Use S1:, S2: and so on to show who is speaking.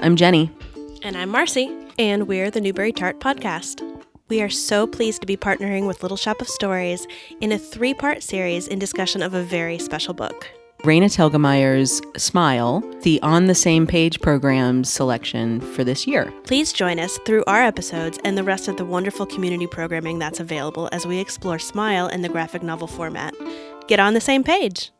S1: I'm Jenny.
S2: And I'm Marcy, and we're the Newberry Tart Podcast. We are so pleased to be partnering with Little Shop of Stories in a three part series in discussion of a very special book.
S1: Raina Telgemeyer's Smile, the On the Same Page program selection for this year.
S2: Please join us through our episodes and the rest of the wonderful community programming that's available as we explore Smile in the graphic novel format. Get on the same page!